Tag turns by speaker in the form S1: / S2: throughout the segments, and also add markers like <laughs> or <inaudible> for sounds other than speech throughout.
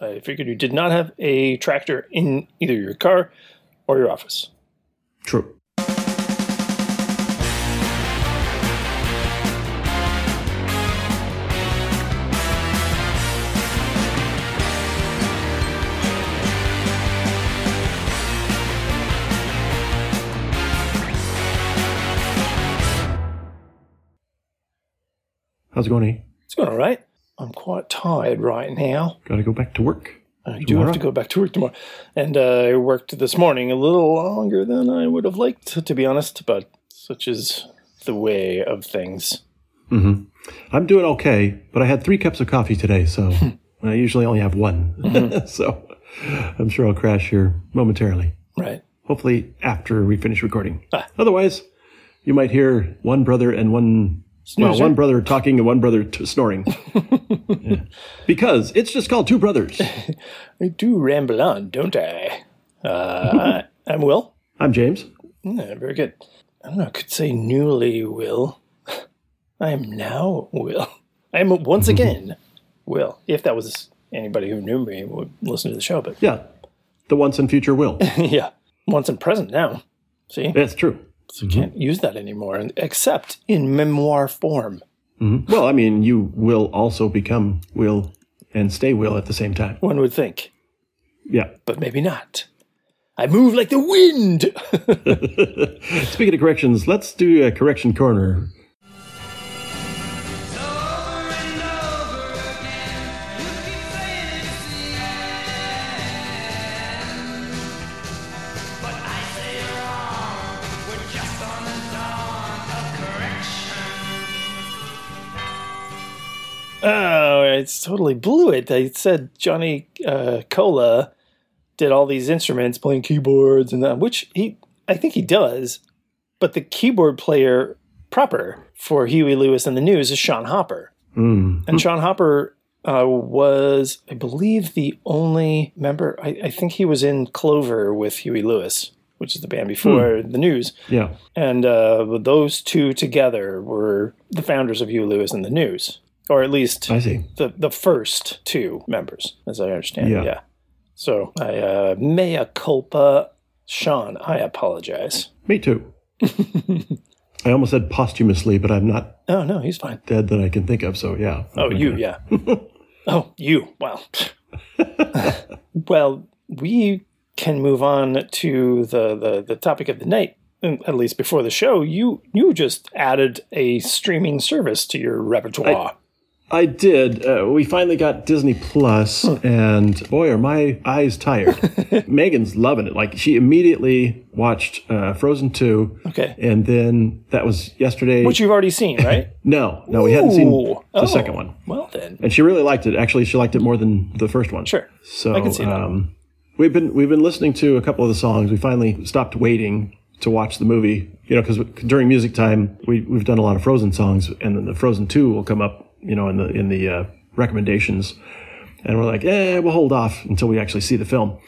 S1: I figured you did not have a tractor in either your car or your office.
S2: True. How's it going, eh?
S1: It's going all right. I'm quite tired right now.
S2: Gotta go back to work.
S1: I do have to go back to work tomorrow. And uh, I worked this morning a little longer than I would have liked, to be honest, but such is the way of things.
S2: Mm-hmm. I'm doing okay, but I had three cups of coffee today, so I usually only have one. <laughs> so I'm sure I'll crash here momentarily.
S1: Right.
S2: Hopefully after we finish recording.
S1: Ah.
S2: Otherwise, you might hear one brother and one well,
S1: Snoozer.
S2: one brother talking and one brother t- snoring. Yeah. Because it's just called two brothers.
S1: I do ramble on, don't I? Uh, I'm Will.
S2: I'm James.
S1: Yeah, very good. I don't know, I could say newly Will. <laughs> I am now Will. I am once again Will. If that was anybody who knew me would listen to the show, but <laughs>
S2: Yeah. The once and future will.
S1: yeah, once and present now. See?
S2: That's true.
S1: So you can't use that anymore, and- except in memoir form.
S2: Well, I mean, you will also become will and stay will at the same time.
S1: One would think,
S2: Yeah.
S1: but maybe not. I move like the wind.
S2: Speaking of corrections, let's do a correction corner.
S1: oh, it's totally blew it. I said Johnny uh, Cola did all these instruments, playing keyboards and that, which he, I think he does. But the keyboard player proper for Huey Lewis and the News is Sean Hopper.
S2: Mm.
S1: And Sean Hopper uh, was, I believe, the only member. I, I think he was in Clover with Huey Lewis, which is the band before the news.
S2: Yeah.
S1: And uh, those two together were the founders of Huey Lewis and the news, or at least
S2: I see.
S1: the, the first two members, as I understand
S2: Yeah.
S1: it. Yeah. So I uh, mea culpa, Sean. I apologize. <laughs>
S2: Me too. I almost said posthumously, but I'm not
S1: Oh no, he's fine.
S2: dead that I can think of, so yeah.
S1: Oh, you, yeah.
S2: <laughs>
S1: oh, you. Wow. well, we can move on to the, the, the topic of the night. and At least before the show, you you just added a streaming service to your repertoire.
S2: I did. Uh, we finally got Disney Plus, and boy, are my
S1: <laughs>
S2: eyes tired. Megan's loving it. Like, she immediately watched uh, Frozen 2,
S1: okay,
S2: and then that was yesterday.
S1: which you've already seen, right?
S2: no, no, <laughs> we hadn't seen
S1: Ooh.
S2: the
S1: Oh,
S2: second one.
S1: Well then,
S2: and she really liked it. Actually, she liked it more than the first one.
S1: Sure.
S2: So
S1: I can see that.
S2: Um, we've been we've been listening to a couple of the songs. We finally stopped waiting to watch the movie. You know, because during music time, we we've done a lot of Frozen songs, and then the Frozen Two will come up. You know, in the in the uh, recommendations, and we're like, eh, we'll hold off until we actually see the film.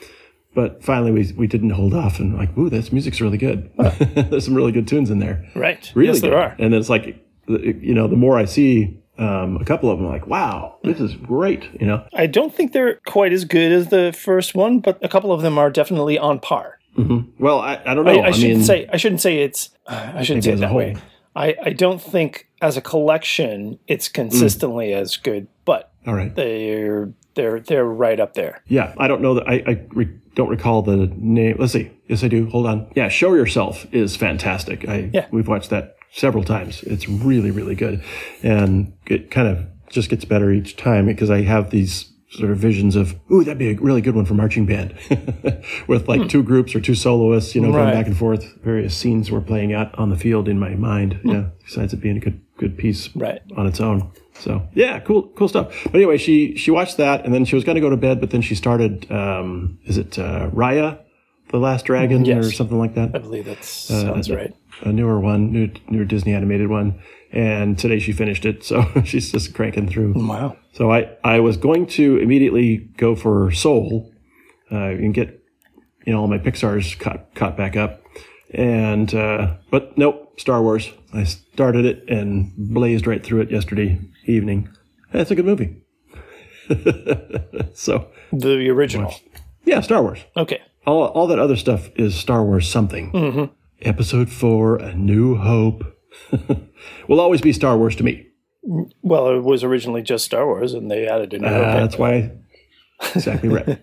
S2: But finally, we, we didn't hold off, and like, ooh, this music's really good. <laughs> There's some really good tunes in there
S1: right?
S2: really
S1: yes, there
S2: good.
S1: are.
S2: And then it's like, you know, the more I see um, a couple of them, like, wow, this is great. You know,
S1: I don't think they're quite as good as the first one, but a couple of them are definitely on par.
S2: well, I, Oh, I don't
S1: I,
S2: know.
S1: I shouldn't
S2: mean,
S1: say I shouldn't say it's uh, I shouldn't say it
S2: as a
S1: that way.
S2: whole.
S1: I, I don't think as a collection it's consistently as good, but
S2: all right.
S1: they're they're they're right up there.
S2: Yeah, I don't know that I, I re- don't recall the name. Let's see. Yes, I do. Hold on. Yeah, show yourself is fantastic. I
S1: Yeah.
S2: we've watched that several times. It's really really good, and it kind of just gets better each time because I have these sort of visions of ooh that'd be a really good one for marching band <laughs> with like two groups or two soloists you know
S1: Hmm. Right.
S2: going back and forth various scenes were playing out on the field in my mind yeah besides it being a good good piece
S1: Hmm. Right.
S2: on its own. So yeah, cool, cool stuff. But anyway, she she watched that, and then she was going to go to bed, but then she started. Um, is it uh, Raya, the Last Dragon,
S1: Yes.
S2: or something like that?
S1: I believe that sounds
S2: uh,
S1: right.
S2: A newer one, new newer Disney animated one. And today she finished it, so <laughs> she's just cranking through.
S1: Wow.
S2: So I I was going to immediately go for Soul, uh, and get you know all my Pixar's caught caught back up. And uh, but nope, Star Wars. I started it and blazed right through it yesterday evening. That's a good movie. <laughs> so
S1: The original.
S2: yeah, Star Wars.
S1: Okay.
S2: All all that other stuff is Star Wars something. Episode four, A New Hope, <laughs> will always be Star Wars to me.
S1: Well, it was originally just Star Wars, and they added a new.
S2: Uh,
S1: event.
S2: That's why.
S1: <laughs>
S2: Exactly right.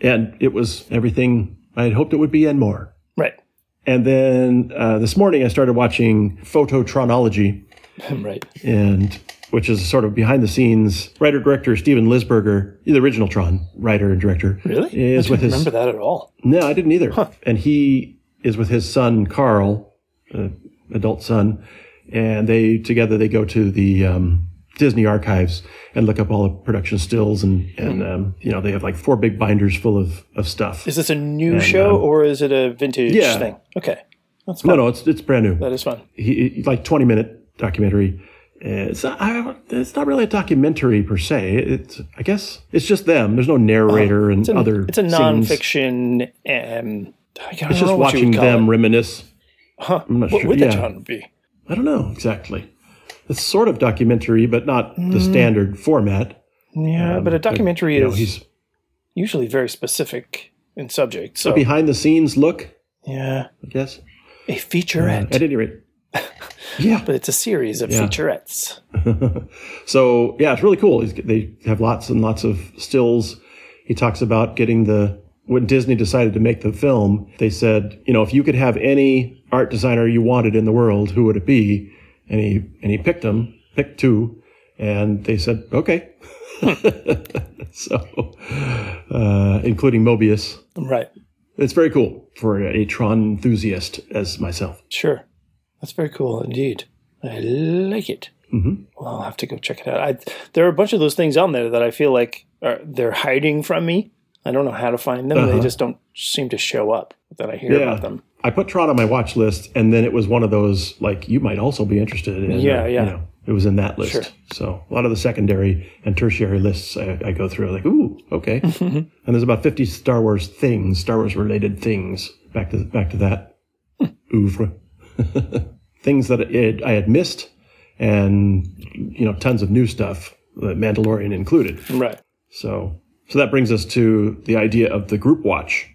S2: and it was everything I had hoped it would be and more.
S1: Right. <laughs>
S2: And then uh, this morning I started watching Phototronology,
S1: Right.
S2: and which is sort of behind the scenes writer director Steven Lisberger, the original Tron writer and director.
S1: Really?
S2: Is
S1: I
S2: with
S1: don't
S2: his
S1: remember that at all.
S2: No, I didn't either. And he is with his son Carl, uh, adult son, and they together they go to the um, Disney archives and look up all the production stills and and um, you know they have like four big binders full of of stuff.
S1: Hmm. Is this a new show or is it a vintage
S2: Yeah.
S1: thing? Okay. That's
S2: No,
S1: fun.
S2: no, it's it's brand new.
S1: That is fun.
S2: he, he- like 20 minute documentary. Uh, It's not, I, it's not really a documentary per se. It's I guess it's just them. There's no narrator and
S1: Oh, It's a-
S2: other.
S1: It's a
S2: scenes.
S1: nonfiction. Um, I don't
S2: It's
S1: know
S2: just
S1: what you
S2: watching
S1: would call
S2: them
S1: It.
S2: reminisce.
S1: Huh.
S2: I'm not
S1: What
S2: sure.
S1: would
S2: Yeah.
S1: that genre be?
S2: I don't know exactly. It's sort of documentary, but not the standard format.
S1: Mm.
S2: Um,
S1: Yeah, but a documentary
S2: You know,
S1: is
S2: he's
S1: usually very specific in subject. So
S2: behind the scenes look.
S1: yeah,
S2: I guess.
S1: a featurette,
S2: At any rate. <laughs> Yeah.
S1: but it's a series of featurettes.
S2: So yeah, it's really cool. He's, they have lots and lots of stills. He talks about getting the when Disney decided to make the film. They said, you know, if you could have any art designer you wanted in the world, who would it be? And he and he picked them, picked two, and they said, okay. <laughs> so, uh, including Mobius,
S1: Right.
S2: it's very cool for a Tron enthusiast as myself.
S1: Sure. That's very cool indeed. I like it. Mm-hmm. Well, I'll have to go check it out. I, there are a bunch of those things on there that I feel like are, they're hiding from me. I don't know how to find them.
S2: Uh-huh.
S1: They just don't seem to show up that I hear about them.
S2: I put Tron on my watch list, and then it was one of those like you might also be interested in. uh,
S1: Yeah, yeah.
S2: You know, it was in that list.
S1: Sure.
S2: So a lot of the secondary and tertiary lists I, I go through, like ooh,
S1: <laughs>
S2: okay. and there's about fifty Star Wars things, Star Wars related things. Back to back to that
S1: Hmm.
S2: oeuvre, <laughs> things that it, I had missed, and you know, tons of new stuff, the Mandalorian included.
S1: Right.
S2: So, so that brings us to the idea of the group watch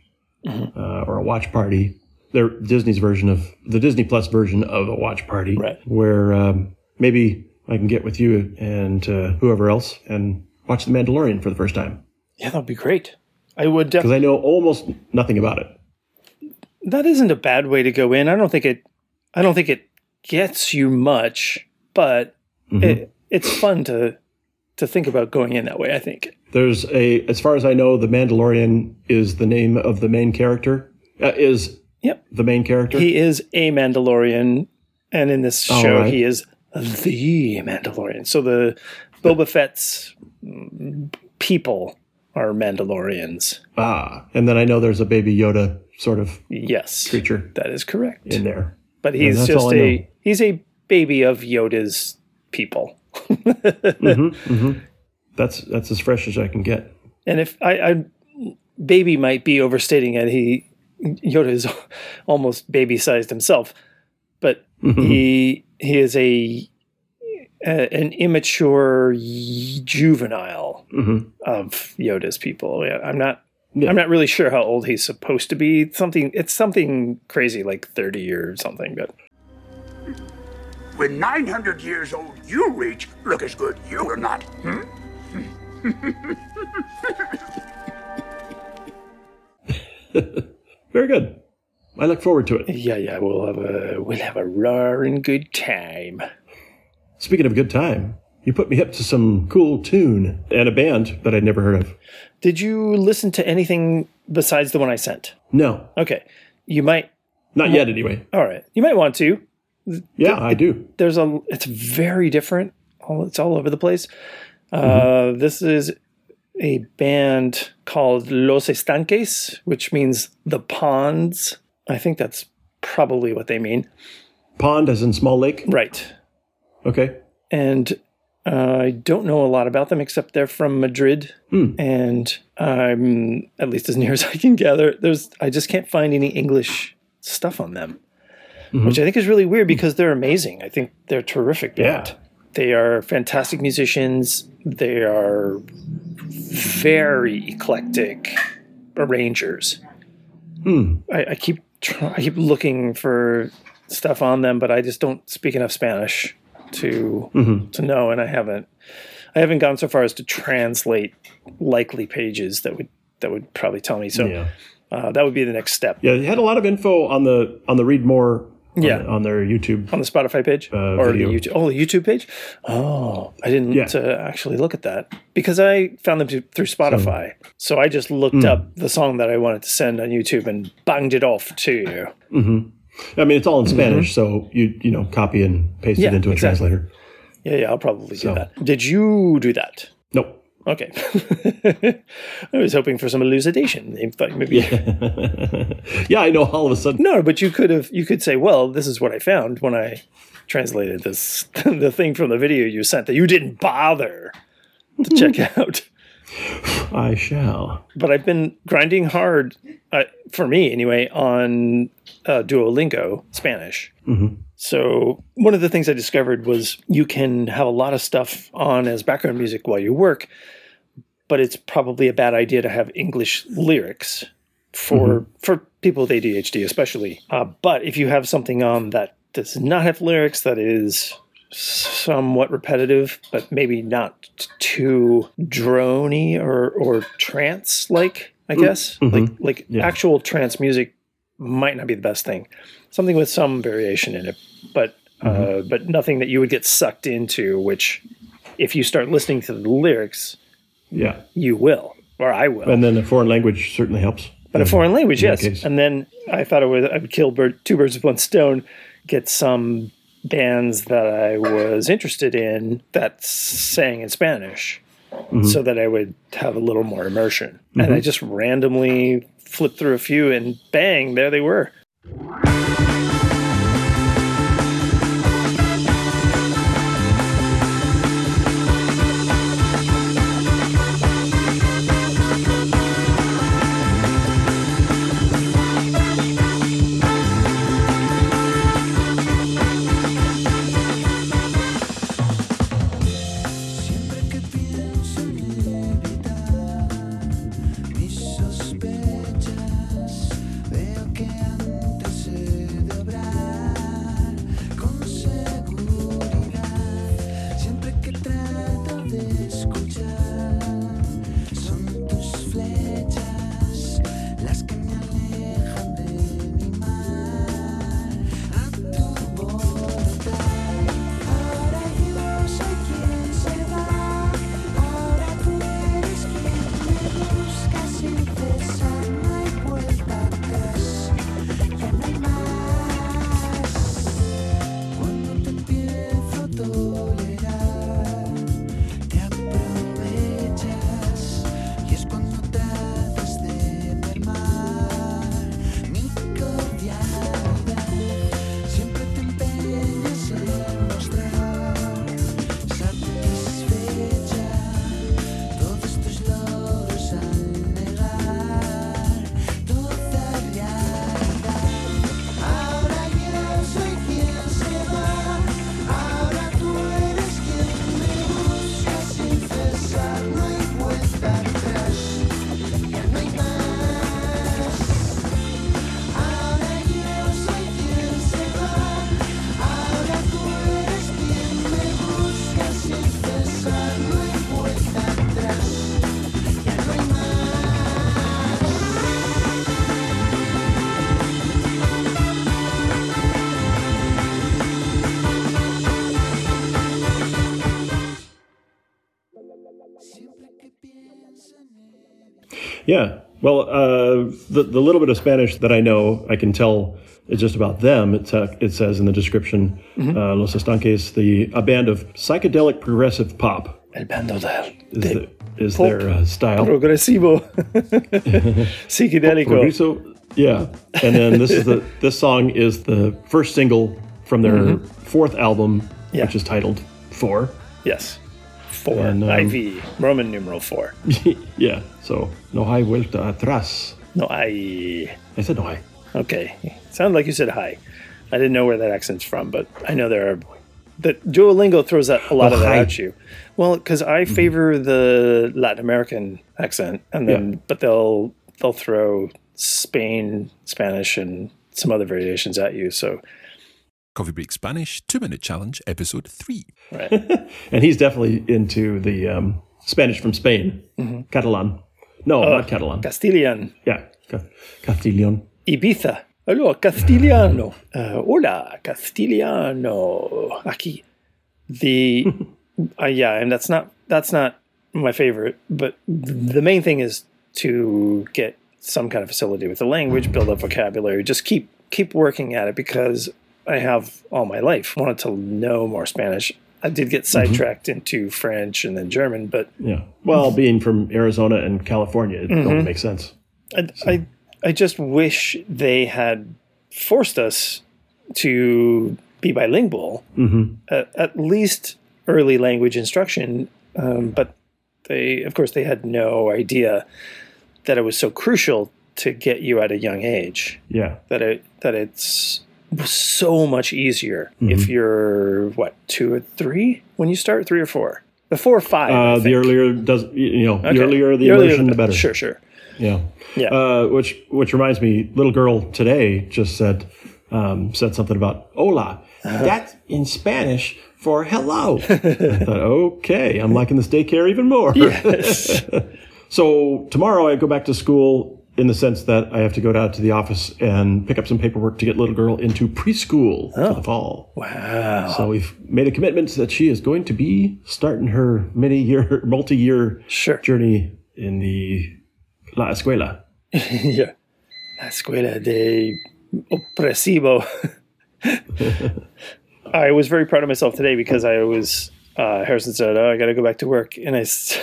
S1: Mm-hmm.
S2: uh, or a watch party. They're Disney's version of the Disney Plus version of a watch party,
S1: Right.
S2: where um, maybe I can get with you and uh, whoever else and watch The Mandalorian for the first time
S1: Yeah, that'd be great. I would definitely.
S2: because I know almost nothing about it.
S1: that isn't a bad way to go in. I don't think it I don't think it gets you much, but
S2: Mm-hmm.
S1: it, it's fun to to think about going in that way, I think.
S2: There's a, as far as I know, The Mandalorian is the name of the main character. Uh, is
S1: Yep.
S2: the main character?
S1: He is a Mandalorian and in this
S2: All
S1: show
S2: right.
S1: he is the Mandalorian. So the Boba Fett's mm, people are Mandalorians.
S2: ah, and then I know there's a Baby Yoda sort of
S1: Yes.
S2: creature
S1: That is correct.
S2: in there.
S1: But he's
S2: that's all
S1: just
S2: I know.
S1: a he's a baby of Yoda's people.
S2: That's that's as fresh as I can get.
S1: And if I, I baby might be overstating it, he Yoda is <laughs> almost baby sized himself, but he he is a, a an immature y- juvenile of Yoda's people. Mm-hmm. Yeah, I'm not.
S2: Yeah.
S1: I'm not really sure how old he's supposed to be. Something it's something crazy like 30 or something, but
S3: When 900 years old you reach, look as good you will not. Hmm?
S2: Very good. I look forward to it.
S1: yeah, yeah, we'll have a we'll have a roaring good time.
S2: Speaking of good time, you put me up to some cool tune and a band that I'd never heard of.
S1: Did you listen to anything besides the one I sent?
S2: No,
S1: Okay. You might
S2: not yet anyway.
S1: all right. You might want to.
S2: Yeah, I do.
S1: There's a it's very different. All it's all over the place. Uh, this is a band called Los Estanques, which means the ponds. I think that's probably what they mean.
S2: Pond as in small lake.
S1: Right.
S2: Okay.
S1: and uh, I don't know a lot about them except they're from Madrid, and I'm at least as near <laughs> as I can gather. There's I just can't find any English stuff on them, which I think is really weird because they're amazing. I think they're terrific.
S2: Yeah.
S1: band. They are fantastic musicians. They are very eclectic arrangers.
S2: Hmm.
S1: I, I keep try, I keep looking for stuff on them, but I just don't speak enough Spanish to
S2: Mhm.
S1: to know, and I haven't I haven't gone so far as to translate likely pages that would that would probably tell me. So
S2: Yeah.
S1: uh, that would be the next step
S2: Yeah, they had a lot of info on the on the read more on,
S1: Yeah.
S2: the- on their YouTube.
S1: on the Spotify page
S2: Uh,
S1: or
S2: video.
S1: the YouTube. Oh, the YouTube page. Oh, I didn't
S2: Yeah.
S1: uh, actually look at that because I found them to, through Spotify. So I just looked
S2: Hmm.
S1: up the song that I wanted to send on YouTube and banged it off to you.
S2: I mean, it's all in Spanish, so you you know copy and paste
S1: Mm-hmm. Yeah,
S2: it into a
S1: exactly.
S2: translator.
S1: Yeah, yeah, I'll probably do that. Did you do that?
S2: Nope. <laughs>
S1: Okay. <laughs> I was hoping for some elucidation. In fact, Maybe
S2: <laughs> Yeah, I know. All of a sudden,
S1: no, but you could have. You could say, "Well, this is what I found when I translated this <laughs> the thing from the video you sent that you didn't bother to
S2: Hmm.
S1: check <laughs> out."
S2: I shall.
S1: But I've been grinding hard, uh, for me anyway, on uh, Duolingo Spanish. So one of the things I discovered was you can have a lot of stuff on as background music while you work, but it's probably a bad idea to have English lyrics for for people with ADHD especially. Uh, but if you have something on that does not have lyrics that is somewhat repetitive, but maybe not t- too drony or or trance like, I guess like like actual trance music might not be the best thing. Something with some variation in it, but uh, but nothing that you would get sucked into. Which, if you start listening to the lyrics,
S2: Yeah,
S1: you will, or I will.
S2: and then a foreign language certainly helps.
S1: But a foreign language, yes.
S2: case.
S1: And then I thought I would I would kill bird, two birds with one stone, get some bands that I was interested in that sang in Spanish, so that I would have a little more immersion. And I just randomly flipped through a few, and bang, there they were.
S4: Siempre que pienso en evitar mis sospechas, veo que antes he de hablar con seguridad. Siempre que trato de escuchar, son tus flechas las que me alejan de mi mar a tu voluntad. Ahora yo soy quien se va, ahora tú eres quien me busca sin cesar, no hay vuelta atrás, ya no hay más. Cuando te empiezo a tolerar, te aprovechas y es cuando tratas de mermar mi cordialidad. Siempre te empeñas en mostrar satisfecha todos tus logros al negar toda realidad. Ahora yo soy quien se va, ahora tú eres quien me busca sin cesar. No hay vuelta atrás, ya no hay más. Ahora yo soy quien se va, ahora tú eres quien me busca sin cesar, no hay vuelta atrás, ya no hay más. Siempre que pienso en él.
S2: Yeah. Well, uh, the the little bit of Spanish that I know, I can tell it's just about them. It, sa- it says in the description, uh, Los Estanques, the a band of psychedelic progressive pop
S1: El bando del
S2: is, the, is their uh,
S1: <laughs>
S2: style.
S1: progresivo psicodélico.
S2: Progreso, yeah. And then this is the this song is the first single from their fourth album,
S1: Yeah.
S2: which is titled Four.
S1: Yes, four
S2: And, um,
S1: IV Roman numeral four.
S2: yeah. So no hay vuelta atrás.
S1: No, I. E.
S2: I said no hay.
S1: Okay. Sounded like you said hi. I didn't know where that accent's from, but I know there are that Duolingo throws that a lot of that
S2: Oh, hi. Mm-hmm.
S1: at you. Well, because I favor the Latin American accent, and then
S2: Yeah.
S1: but they'll they'll throw Spain, Spanish, and some other variations at you. So
S5: Coffee Break Spanish, two minute challenge, episode three.
S2: And he's definitely into the um, Spanish from Spain, Catalan. No, not Catalan.
S1: Castilian,
S2: yeah, Ca- Castilian.
S1: Ibiza. Hello, Castiliano. Uh, hola, Castiliano. Aquí. The uh, yeah, and that's not that's not my favorite, but the main thing is to get some kind of facility with the language, build up vocabulary, just keep keep working at it because I have all my life wanted to know more Spanish. I did get sidetracked into French and then German, but
S2: Yeah. Well, being from Arizona and California, it only makes sense.
S1: I, I I just wish they had forced us to be bilingual,
S2: Mm-hmm.
S1: at, at least early language instruction. Um, but they, of course, they had no idea that it was so crucial to get you at a young age.
S2: Yeah.
S1: That it that it's so much easier
S2: Mm-hmm.
S1: if you're what two or three when you start three or four before five. I
S2: Uh, the
S1: think.
S2: earlier does you know
S1: Okay.
S2: the earlier the, immersion, the better.
S1: Sure, sure.
S2: Yeah.
S1: Yeah.
S2: Uh, which which reminds me, little girl today just said um, said something about hola.
S1: Uh-huh.
S2: That's in Spanish for hello. <laughs> I thought, okay, I'm liking this daycare even more. <laughs> so tomorrow I go back to school in the sense that I have to go down to the office and pick up some paperwork to get little girl into preschool for the fall.
S1: Oh. Wow.
S2: So we've made a commitment that she is going to be starting her many year, multi year
S1: Sure.
S2: journey in the La Escuela.
S1: Yeah. La escuela de opresivo. I was very proud of myself today because I was, uh, Harrison said, Oh, I got to go back to work. And I, s-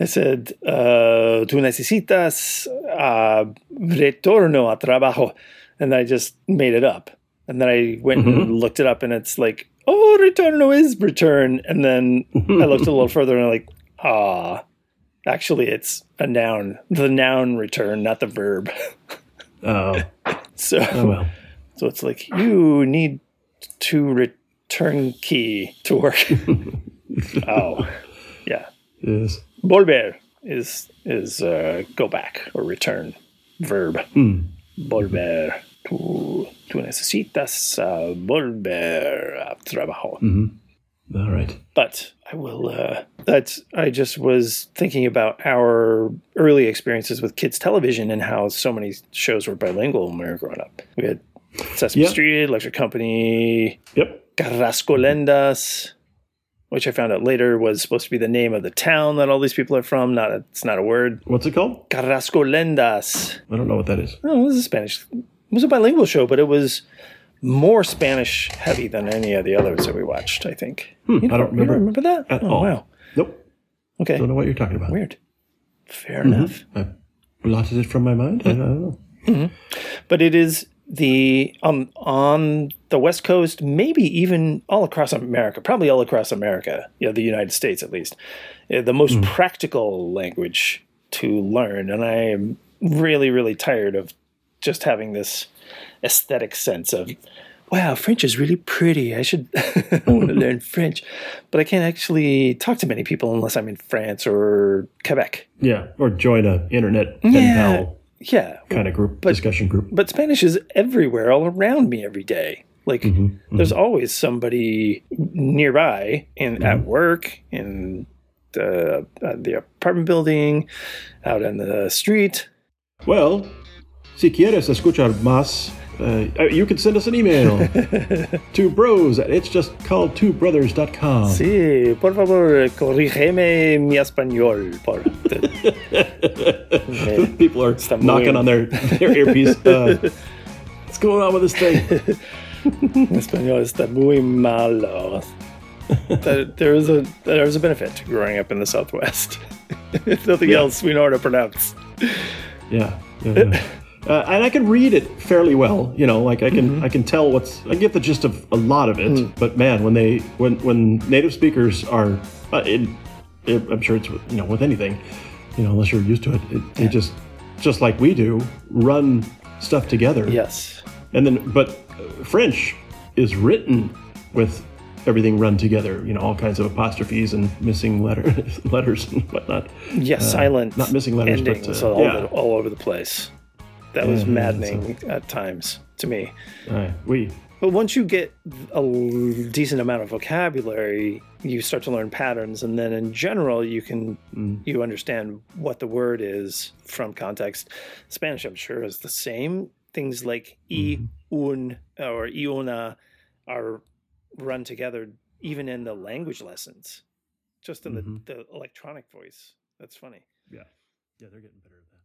S1: I said, uh, Tú necesitas uh, retorno a trabajo. And I just made it up. And then I went and looked it up and it's like, Oh, retorno is return. And then I looked a little further and I'm like, Ah. Actually, it's a noun. The noun return, not the verb.
S2: Oh,
S1: So,
S2: <laughs> oh well.
S1: so it's like you need to return key to work. oh, yeah.
S2: Yes.
S1: Volver is is uh, go back or return verb. Volver. Tú, tú necesitas uh, volver a trabajo.
S2: All right.
S1: but I will. Uh, that's. I just was thinking about our early experiences with kids television and how so many shows were bilingual when we were growing up. We had Sesame
S2: Yeah.
S1: Street, Electric Company,
S2: Yep.
S1: Carrascolendas, which I found out later was supposed to be the name of the town that all these people are from. Not a, it's not a word.
S2: What's it called?
S1: Carrascolendas.
S2: I don't know what that is.
S1: No, it was a Spanish. It was a bilingual show, but it was more Spanish heavy than any of the others that we watched. I think. you
S2: I don't
S1: you
S2: remember
S1: remember that?
S2: Hmm. at
S1: oh
S2: all.
S1: wow.
S2: Nope.
S1: Okay.
S2: Don't know Mm-hmm. what you're talking about.
S1: Weird. Fair enough.
S2: I blotted it from my mind. I don't know.
S1: But it is the um on the West Coast, maybe even all across America, probably all across America, you know, the United States at least, uh, the most practical language to learn. And I am really, really tired of just having this aesthetic sense of wow, French is really pretty. I should <laughs> I want to learn French. But I can't actually talk to many people unless I'm in France or Quebec.
S2: Yeah. Or join a internet pen pal
S1: Yeah.
S2: kind of group discussion group.
S1: but Spanish is everywhere, all around me every day. Like there's always somebody nearby and at work in the uh, the apartment building, out on the street.
S2: Well, si quieres escuchar más, uh, you can send us an <laughs> email to bros at it's just called two brothers.com.
S1: Sí, por favor, corrígeme mi español. Por <laughs>
S2: People are
S1: Stop
S2: knocking
S1: moving.
S2: on their, their earpiece. Uh, <laughs> what's going on with this thing?
S1: mi español está muy malo. There- there is a there is a benefit to growing up in the Southwest. <laughs> if nothing else, we know how to pronounce.
S2: Yeah, yeah, yeah. <laughs> uh, and I can read it fairly well. You know, like I can I can tell what's I get the gist of a lot of it. But man, when they when when native speakers are, uh, it, it, I'm sure it's with- you know with anything, you know unless you're used to it, it they just just like we do run stuff together.
S1: Yes.
S2: And then but uh, French is written with everything run together. You know, all kinds of apostrophes and missing letter <laughs> letters and whatnot.
S1: Yeah, silent.
S2: Uh, not missing letters, but,
S1: endings
S2: uh,
S1: all,
S2: yeah.
S1: over, all over the place. That was
S2: Yeah, yeah,
S1: maddening at times to me.
S2: Uh, we
S1: But once you get a l- decent amount of vocabulary, you start to learn patterns, and then in general, you can
S2: Hmm.
S1: you understand what the word is from context. Spanish, I'm sure, is the same. Things like
S2: Mm-hmm.
S1: i un or iona are run together even in the language
S2: Mm-hmm.
S1: lessons, just in the, the electronic voice. That's funny.
S2: yeah yeah they're getting better at that.